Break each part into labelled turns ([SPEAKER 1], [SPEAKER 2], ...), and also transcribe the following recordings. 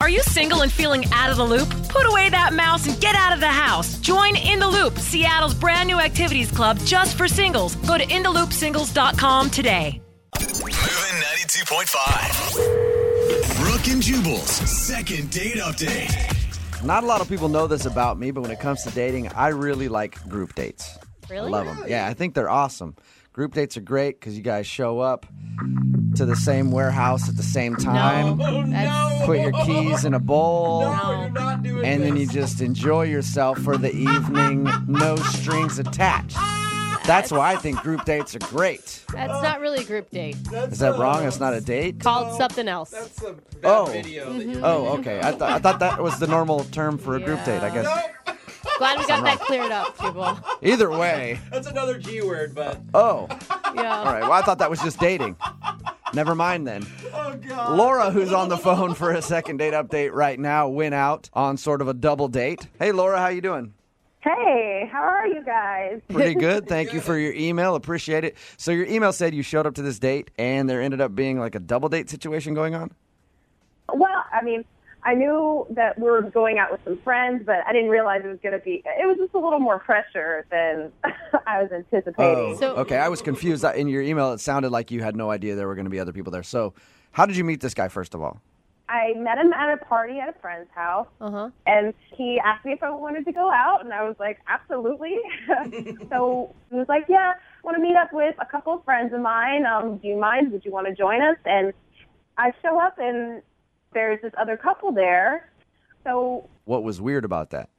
[SPEAKER 1] Are you single and feeling out of the loop? Put away that mouse and get out of the house. Join In the Loop, Seattle's brand new activities club just for singles. Go to intheloopsingles.com today.
[SPEAKER 2] Moving 92.5. Brooke and Jubal's second date update.
[SPEAKER 3] Not a lot of people know this about me, but when it comes to dating, I really like group dates.
[SPEAKER 4] Really?
[SPEAKER 3] I love them. Yeah, I think they're awesome. Group dates are great because you guys show up to the same warehouse at the same time,
[SPEAKER 5] Oh,
[SPEAKER 4] That's,
[SPEAKER 3] put your keys in a bowl,
[SPEAKER 4] no.
[SPEAKER 3] and then you just enjoy yourself for the evening, no strings attached. That's why I think group dates are great.
[SPEAKER 4] That's not really a group date.
[SPEAKER 3] Is that wrong? It's not a date?
[SPEAKER 4] Called something else.
[SPEAKER 5] That's a bad
[SPEAKER 3] Oh.
[SPEAKER 5] video.
[SPEAKER 4] Mm-hmm.
[SPEAKER 5] that you-
[SPEAKER 3] Oh, okay. I, th- I thought that was the normal term for a group date, I
[SPEAKER 4] Yeah.
[SPEAKER 3] guess.
[SPEAKER 4] Glad we got that cleared up, people.
[SPEAKER 3] Either way.
[SPEAKER 5] That's another G word, but
[SPEAKER 3] Oh.
[SPEAKER 4] Yeah.
[SPEAKER 3] All right. Well, I thought that was just dating. Never mind then.
[SPEAKER 5] oh god.
[SPEAKER 3] Laura, who's on the phone for a second date update right now, went out on sort of a double date. Hey, Laura, how you doing?
[SPEAKER 6] Hey, how are you guys?
[SPEAKER 3] Pretty good. Thank you for your email. Appreciate it. So your email said you showed up to this date and there ended up being like a double date situation going on.
[SPEAKER 6] Well, I mean, I knew that we were going out with some friends, but I didn't realize it was going to be, it was just a little more pressure than I was anticipating.
[SPEAKER 4] So-
[SPEAKER 3] okay. I was confused. In your email, it sounded like you had no idea there were going to be other people there. So, how did you meet this guy first of all?
[SPEAKER 6] I met him at a party at a friend's house,
[SPEAKER 4] Uh-huh.
[SPEAKER 6] and he asked me if I wanted to go out, and I was like, absolutely. so he was like, yeah, I want to meet up with a couple of friends of mine. Um, do you mind? Would you want to join us? And I show up, and there's this other couple there. So
[SPEAKER 3] What was weird about that?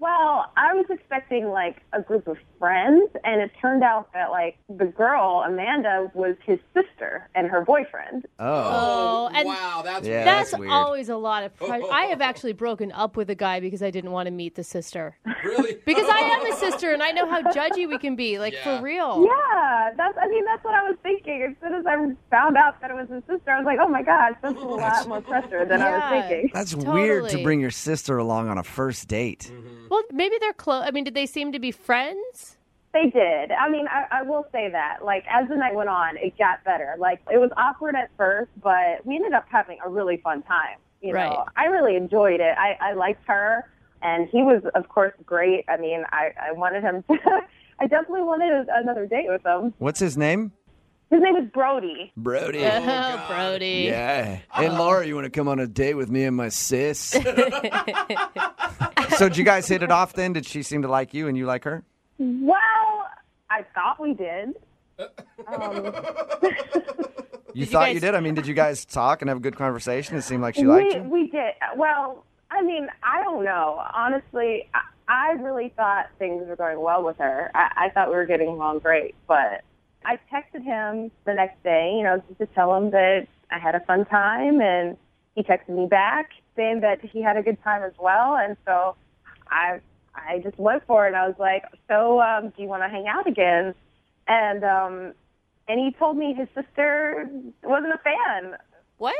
[SPEAKER 6] Well, I was expecting like a group of friends, and it turned out that like the girl Amanda was his sister and her boyfriend.
[SPEAKER 3] Oh,
[SPEAKER 4] Oh, and
[SPEAKER 5] wow, Oh, that's
[SPEAKER 3] Yeah,
[SPEAKER 4] that's,
[SPEAKER 3] that's weird.
[SPEAKER 4] always a lot of pressure. I have actually broken up with a guy because I didn't want to meet the sister.
[SPEAKER 5] really
[SPEAKER 4] Because I am his sister and I know how judgy we can be, like
[SPEAKER 5] Yeah.
[SPEAKER 4] for real.
[SPEAKER 6] Yeah, that's. I mean, that's what I was thinking. As soon as I found out that it was his sister, I was like, oh my god, that's a lot more pressure than I
[SPEAKER 4] Yeah.
[SPEAKER 6] was thinking.
[SPEAKER 3] that's weird to
[SPEAKER 4] totally.
[SPEAKER 3] bring your sister along on a first date.
[SPEAKER 4] Well, maybe they're close. I mean, did they seem to be friends?
[SPEAKER 6] They did. I mean, I, I will say that. Like as the night went on, it got better. Like it was awkward at first, but we ended up having a really fun time. You know,
[SPEAKER 4] Right.
[SPEAKER 6] I really enjoyed it. I, I liked her, and he was, of course, great. I mean, I, I wanted him. To, I definitely wanted another date with him.
[SPEAKER 3] What's his name?
[SPEAKER 6] His name is Brody.
[SPEAKER 3] Brody.
[SPEAKER 4] oh, Brody.
[SPEAKER 3] Yeah. Hey, Laura, you want to come on a date with me and my sis? so, did you guys hit it off then? Did she seem to like you and you like her?
[SPEAKER 6] Well, I thought we did. Um,
[SPEAKER 3] You thought
[SPEAKER 4] guys-
[SPEAKER 3] you did? I mean, did you guys talk and have a good conversation? It seemed like she liked
[SPEAKER 6] we
[SPEAKER 3] you.
[SPEAKER 6] we did. Well, I mean, I don't know. Honestly, I, I really thought things were going well with her. I, I thought we were getting along great, but I texted him the next day, you know, just to tell him that I had a fun time, and he texted me back saying that he had a good time as well, and so I I just went for it. I was like, so um, do you want to hang out again? And um, and he told me his sister wasn't a fan
[SPEAKER 4] What?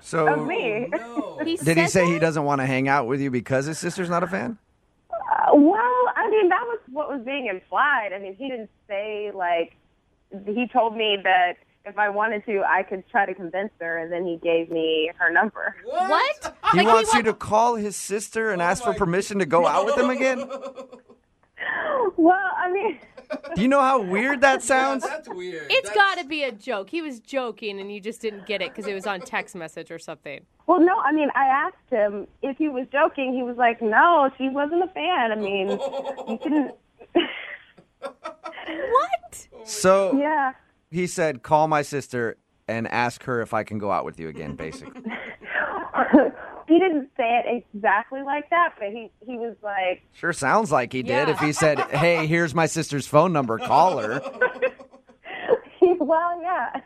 [SPEAKER 3] So,
[SPEAKER 6] of Oh, me.
[SPEAKER 5] Oh.
[SPEAKER 4] He
[SPEAKER 3] did he
[SPEAKER 4] said
[SPEAKER 3] say
[SPEAKER 4] that?
[SPEAKER 3] he doesn't want to hang out with you because his sister's not a fan?
[SPEAKER 6] Well, I mean, that was what was being implied. I mean, he didn't say like he told me that if I wanted to, I could try to convince her, and then he gave me her number.
[SPEAKER 4] What?
[SPEAKER 3] He
[SPEAKER 4] Like,
[SPEAKER 3] wants
[SPEAKER 4] wa-
[SPEAKER 3] you to call his sister and ask for
[SPEAKER 5] my-
[SPEAKER 3] permission to go out with him again?
[SPEAKER 6] Well, I mean,
[SPEAKER 3] Do you know how weird that sounds?
[SPEAKER 5] That's weird.
[SPEAKER 4] It's
[SPEAKER 5] That's-
[SPEAKER 4] got to be a joke. He was joking, and you just didn't get it because it was on text message or something.
[SPEAKER 6] well, no, I mean, I asked him if he was joking. He was like, "No, she wasn't a fan." I mean, you couldn't.
[SPEAKER 4] What?
[SPEAKER 3] So,
[SPEAKER 6] Yeah.
[SPEAKER 3] he said, call my sister and ask her if I can go out with you again, basically.
[SPEAKER 6] he didn't say it exactly like that, but he he was like,
[SPEAKER 3] Sure sounds like he did
[SPEAKER 4] Yeah.
[SPEAKER 3] if he said, Hey, here's my sister's phone number, call her.
[SPEAKER 6] "Well, yeah,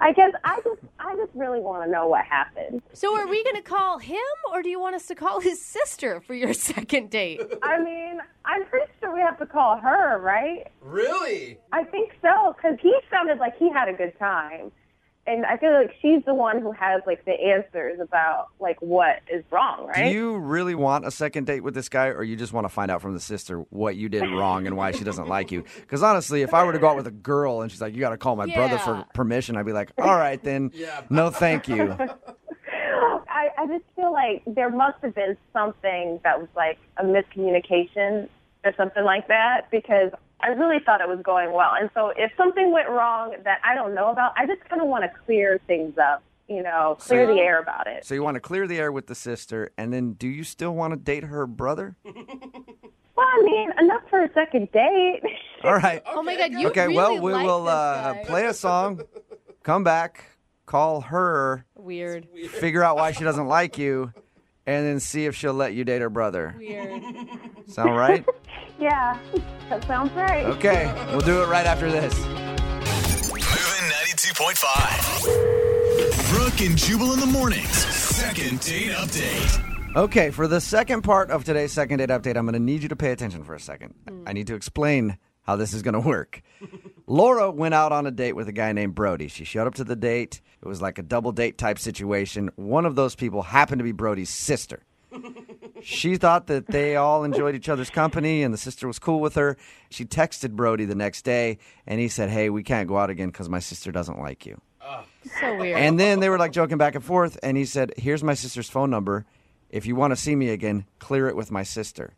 [SPEAKER 6] I guess I just I just really want to know what happened."
[SPEAKER 4] So are we going to call him, or do you want us to call his sister for your second date?
[SPEAKER 6] I mean, I'm pretty sure we have to call her, right?
[SPEAKER 5] really.
[SPEAKER 6] I think so, because he sounded like he had a good time, and I feel like she's the one who has like the answers about like what is wrong,
[SPEAKER 3] Do
[SPEAKER 6] right?
[SPEAKER 3] you really want a second date with this guy, or you just want to find out from the sister what you did wrong and why she doesn't like you? Because honestly, if I were to go out with a girl and she's like, You got to call my brother for
[SPEAKER 4] Yeah.
[SPEAKER 3] permission, I'd be like, All right, then,
[SPEAKER 5] Yeah.
[SPEAKER 3] no, thank you.
[SPEAKER 6] I I, I just feel like there must have been something that was like a miscommunication or something like that because I really thought it was going well. And so if something went wrong that I don't know about, I just kind of want to clear things up, you know, clear the air about it.
[SPEAKER 3] So you want to clear the air with the sister, and then do you still want to date her brother?
[SPEAKER 6] Well, I mean, enough for a second date.
[SPEAKER 3] All right.
[SPEAKER 4] Oh my god, you
[SPEAKER 3] okay,
[SPEAKER 4] really
[SPEAKER 3] well, we
[SPEAKER 4] like
[SPEAKER 3] will
[SPEAKER 4] this
[SPEAKER 3] uh,
[SPEAKER 4] guy.
[SPEAKER 3] play a song, come back, call her,
[SPEAKER 4] Weird.
[SPEAKER 3] figure out why she doesn't like you, and then see if she'll let you date her brother.
[SPEAKER 4] Weird.
[SPEAKER 3] Sound right?
[SPEAKER 6] yeah, that sounds right.
[SPEAKER 3] Okay, we'll do it right after this.
[SPEAKER 2] Moving 92.5. Brooke and Jubal in the mornings. Second date update.
[SPEAKER 3] Okay, for the second part of today's second date update, I'm going to need you to pay attention for a second. I need to explain how this is going to work. Laura went out on a date with a guy named Brody. She showed up to the date. It was like a double date type situation. One of those people happened to be Brody's sister. She thought that they all enjoyed each other's company and the sister was cool with her. She texted Brody the next day and he said, Hey, we can't go out again because my sister doesn't like you.
[SPEAKER 4] So weird.
[SPEAKER 3] And then they were like joking back and forth, and he said, "Here's my sister's phone number. If you want to see me again, clear it with my sister."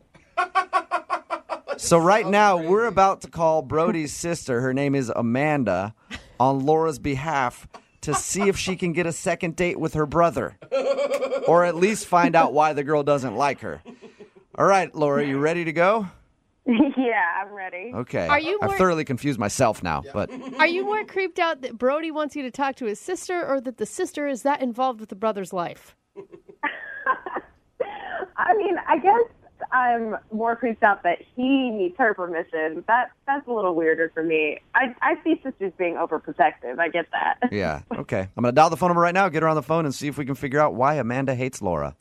[SPEAKER 3] so right now we're about to call Brody's sister. Her name is Amanda, on Laura's behalf to see if she can get a second date with her brother, or at least find out why the girl doesn't like her. All right, Laura, you ready to go?
[SPEAKER 6] yeah, I'm ready.
[SPEAKER 3] Okay.
[SPEAKER 4] Are you
[SPEAKER 3] I've
[SPEAKER 4] more-
[SPEAKER 3] thoroughly confused myself now, but
[SPEAKER 4] Are you more creeped out that Brody wants you to talk to his sister or that the sister is that involved with the brother's life?
[SPEAKER 6] I mean, I guess I'm more creeped out that he needs her permission. That that's a little weirder for me. I I see sisters being overprotective. I get that.
[SPEAKER 3] Yeah. Okay. I'm going to dial the phone number right now, get her on the phone, and see if we can figure out why Amanda hates Laura.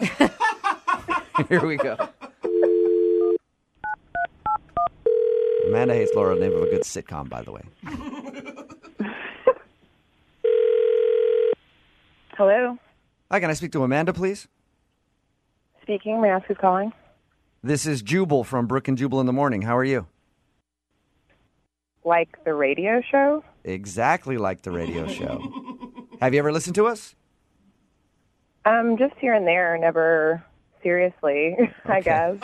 [SPEAKER 3] Here we go. Amanda hates Laura, name of a good sitcom, by the way.
[SPEAKER 6] Hello,
[SPEAKER 3] Hi, can I speak to Amanda, please?
[SPEAKER 6] speaking. May I ask who's calling?
[SPEAKER 3] This is Jubal from Brook and Jubal in the Morning. How are you?
[SPEAKER 6] Like the radio show?
[SPEAKER 3] Exactly like the radio show. Have you ever listened to us?
[SPEAKER 6] Um, just here and there. Never seriously. I guess.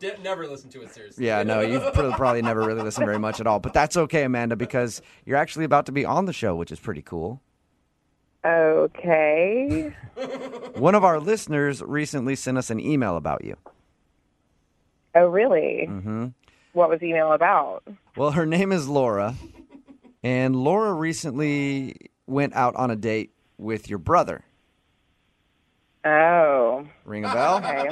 [SPEAKER 5] De- never listen to it seriously.
[SPEAKER 3] Yeah, no, you've pr- probably never really listened very much at all. But that's okay, Amanda, because you're actually about to be on the show, which is pretty cool.
[SPEAKER 6] Okay.
[SPEAKER 3] One of our listeners recently sent us an email about you.
[SPEAKER 6] Oh, really? Mm-hmm. What was the email about?
[SPEAKER 3] Well, her name is Laura, and Laura recently went out on a date with your brother.
[SPEAKER 6] Oh,
[SPEAKER 3] Ring a bell?
[SPEAKER 6] okay.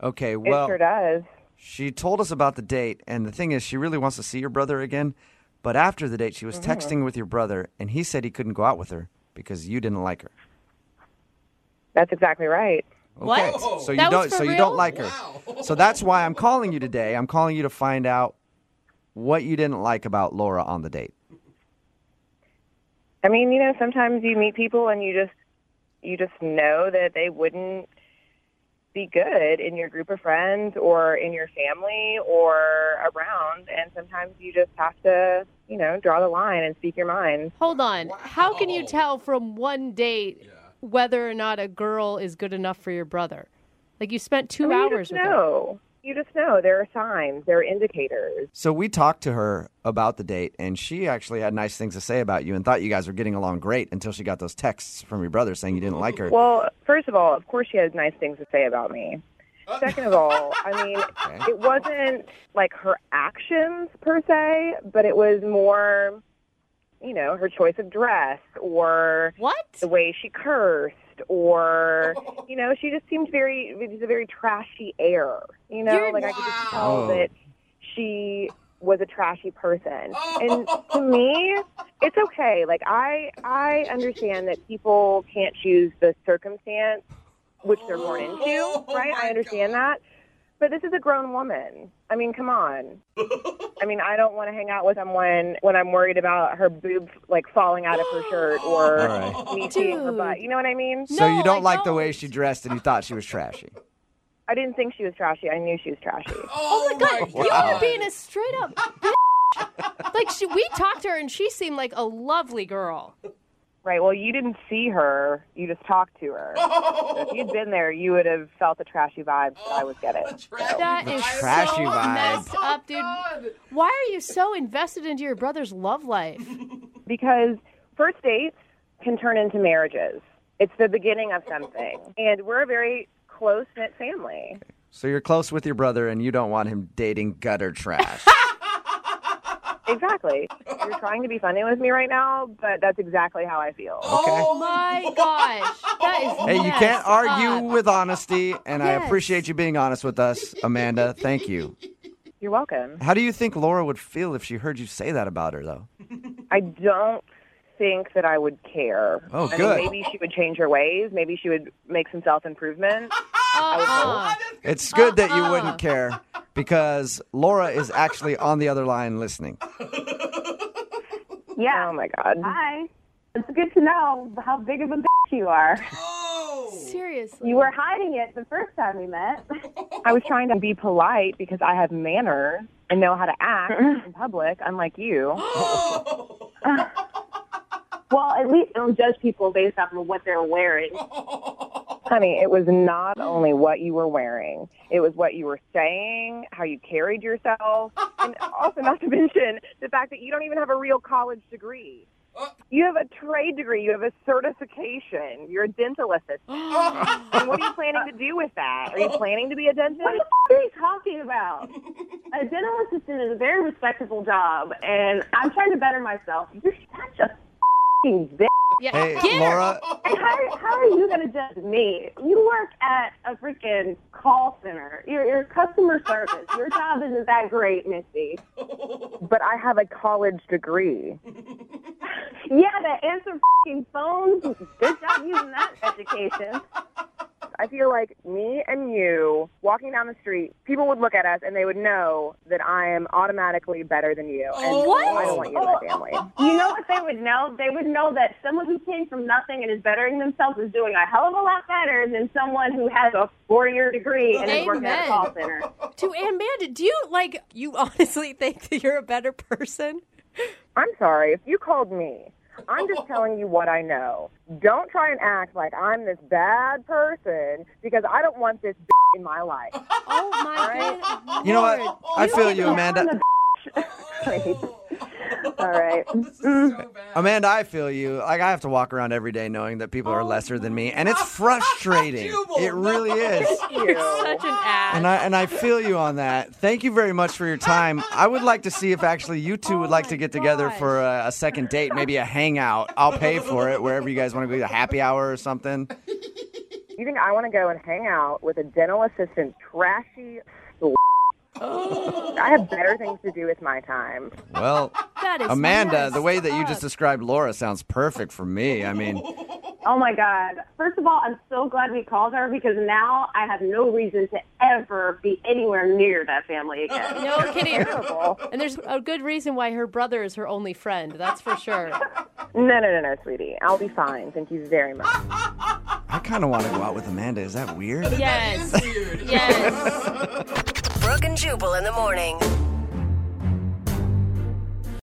[SPEAKER 3] Okay, well,
[SPEAKER 6] it sure does.
[SPEAKER 3] she told us about the date, and the thing is, she really wants to see your brother again. But after the date, she was
[SPEAKER 6] Mm-hmm.
[SPEAKER 3] texting with your brother, and he said he couldn't go out with her because you didn't like her.
[SPEAKER 6] That's exactly right.
[SPEAKER 3] Okay,
[SPEAKER 4] What?
[SPEAKER 3] so you
[SPEAKER 4] That was
[SPEAKER 3] don't,
[SPEAKER 4] for
[SPEAKER 3] so you
[SPEAKER 4] real?
[SPEAKER 3] don't like her. So that's why I'm calling you today. I'm calling you to find out what you didn't like about Laura on the date.
[SPEAKER 6] I mean, you know, sometimes you meet people and you just you just know that they wouldn't be good in your group of friends or in your family or around and sometimes you just have to, you know, draw the line and speak your mind.
[SPEAKER 4] Hold on. How can you
[SPEAKER 5] Wow.
[SPEAKER 4] tell from one date whether or not a girl is good enough for your brother? Like you spent 2
[SPEAKER 6] I mean, you
[SPEAKER 4] hours
[SPEAKER 6] just
[SPEAKER 4] with her.
[SPEAKER 6] know. You just know there are signs, there are indicators.
[SPEAKER 3] So we talked to her about the date, and she actually had nice things to say about you and thought you guys were getting along great until she got those texts from your brother saying you didn't like her.
[SPEAKER 6] Well, first of all, of course she has nice things to say about me. Second of all, I mean, it wasn't like her actions per se, but it was more, you know, her choice of dress or
[SPEAKER 4] What?
[SPEAKER 5] Oh
[SPEAKER 6] the way she cursed or, you know, she just seemed very, it was a very trashy air, you know,
[SPEAKER 4] You're-
[SPEAKER 6] like I could just
[SPEAKER 3] Wow.
[SPEAKER 6] tell that she was a trashy person.
[SPEAKER 4] Oh.
[SPEAKER 6] And to me, it's okay. Like I I understand that people can't choose the circumstance which they're born into,
[SPEAKER 5] Oh,
[SPEAKER 6] right?
[SPEAKER 5] my
[SPEAKER 6] I understand that. But this is a grown woman. I mean, come on. I mean, I don't want to hang out with someone when I'm worried about her boob like falling out of her shirt or
[SPEAKER 5] Oh.
[SPEAKER 3] All
[SPEAKER 6] me seeing her
[SPEAKER 4] Dude.
[SPEAKER 6] butt. You know what I mean?
[SPEAKER 3] so
[SPEAKER 4] No,
[SPEAKER 3] you don't
[SPEAKER 4] I
[SPEAKER 3] like the way
[SPEAKER 4] don't.
[SPEAKER 3] she dressed, and you thought she was trashy.
[SPEAKER 6] I didn't think she was trashy. I knew she was trashy.
[SPEAKER 5] Oh, my god.
[SPEAKER 4] You are being a straight up bitch. Like she, we talked to her and she seemed like a lovely girl.
[SPEAKER 6] Right. Well, you didn't see her. You just talked to her.
[SPEAKER 5] Oh.
[SPEAKER 6] So if you'd been there, you would have felt the trashy vibes that I was getting.
[SPEAKER 4] That
[SPEAKER 3] The
[SPEAKER 4] is
[SPEAKER 3] trashy
[SPEAKER 4] so
[SPEAKER 3] vibe.
[SPEAKER 4] messed up, dude. Why are you so invested into your brother's love life?
[SPEAKER 6] because first dates can turn into marriages. It's the beginning of something. And we're a very close knit family.
[SPEAKER 3] So you're close with your brother, and you don't want him dating gutter trash.
[SPEAKER 6] Exactly. You're trying to be funny with me right now, but that's exactly how I feel.
[SPEAKER 3] Okay.
[SPEAKER 4] Oh my gosh, that is.
[SPEAKER 3] Hey, you can't
[SPEAKER 4] messed
[SPEAKER 3] argue
[SPEAKER 4] up.
[SPEAKER 3] with honesty, and I
[SPEAKER 4] Yes.
[SPEAKER 3] appreciate you being honest with us, Amanda. Thank you.
[SPEAKER 6] You're welcome.
[SPEAKER 3] How do you think Laura would feel if she heard you say that about her, though?
[SPEAKER 6] I don't think that I would care.
[SPEAKER 3] Oh,
[SPEAKER 6] I
[SPEAKER 3] good.
[SPEAKER 6] Mean, maybe she would change her ways. Maybe she would make some self improvement.
[SPEAKER 4] Uh-uh.
[SPEAKER 3] It's good that you wouldn't care because Laura is actually on the other line listening.
[SPEAKER 6] Yeah. Oh my God.
[SPEAKER 7] Hi. It's good to know how big of a bitch you are.
[SPEAKER 4] Seriously,
[SPEAKER 7] You were hiding it the first time we met.
[SPEAKER 6] I was trying to be polite because I have manners and know how to act in public, unlike you.
[SPEAKER 7] Well, at least don't judge people based off of what they're wearing.
[SPEAKER 6] Honey, it was not only what you were wearing, it was what you were saying, how you carried yourself, and also not to mention the fact that you don't even have a real college degree. You have a trade degree, you have a certification, you're a dental assistant. and what are you planning to do with that? Are you planning to be a dentist?
[SPEAKER 7] What the f- are you talking about? A dental assistant is a very respectable job, and I'm trying to better myself. You're such a f***ing bitch.
[SPEAKER 4] yeah.
[SPEAKER 3] Hey,
[SPEAKER 4] Get her.
[SPEAKER 3] Laura,
[SPEAKER 7] And how, how are you going to judge me? You work at a freaking call center. You're, you're customer service. Your job isn't that great, Missy.
[SPEAKER 6] But I have a college degree.
[SPEAKER 7] Yeah, to answer f***ing phones. Good job using that education.
[SPEAKER 6] I feel like me and you walking down the street, people would look at us and they would know that I am automatically better than you. And
[SPEAKER 4] What?
[SPEAKER 6] I don't want you in my family.
[SPEAKER 7] You know what they would know? They would know that someone who came from nothing and is bettering themselves is doing a hell of a lot better than someone who has a four-year degree and is working at a
[SPEAKER 4] Amen.
[SPEAKER 7] call center.
[SPEAKER 8] To Amanda, do you like you honestly think that you're a better person?
[SPEAKER 6] I'm sorry if you called me. I'm just telling you what I know. Don't try and act like I'm this bad person because I don't want this b- in my life.
[SPEAKER 4] Oh my god.
[SPEAKER 3] you know what? I feel you, Amanda.
[SPEAKER 5] Oh,
[SPEAKER 6] All right.
[SPEAKER 3] Amanda, I feel you. Like I have to walk around every day knowing that people are lesser than me, and it's frustrating.
[SPEAKER 5] Jubal,
[SPEAKER 3] It really is.
[SPEAKER 8] Such an ass.
[SPEAKER 3] And I and I feel you on that. Thank you very much for your time. I would like to see if actually you two would like to get together for a, a second date, maybe a hangout. I'll pay for it wherever you guys want to go, a happy hour or something.
[SPEAKER 6] You think I want to go and hang out with a dental assistant, trashy? s- I have better things to do with my time.
[SPEAKER 3] Well,
[SPEAKER 4] That is
[SPEAKER 3] Amanda,
[SPEAKER 4] messed
[SPEAKER 3] the way that you just
[SPEAKER 4] up.
[SPEAKER 3] described Laura sounds perfect for me. I mean,
[SPEAKER 7] Oh my God. First of all, I'm so glad we called her because now I have no reason to ever be anywhere near that family again.
[SPEAKER 4] No kidding. And there's a good reason why her brother is her only friend. That's for sure.
[SPEAKER 6] No, no, no, no, sweetie. I'll be fine. Thank you very much.
[SPEAKER 3] I kind of want to go out with Amanda. Is that weird?
[SPEAKER 4] Yes. Yes.
[SPEAKER 9] Brooke and Jubal in the morning.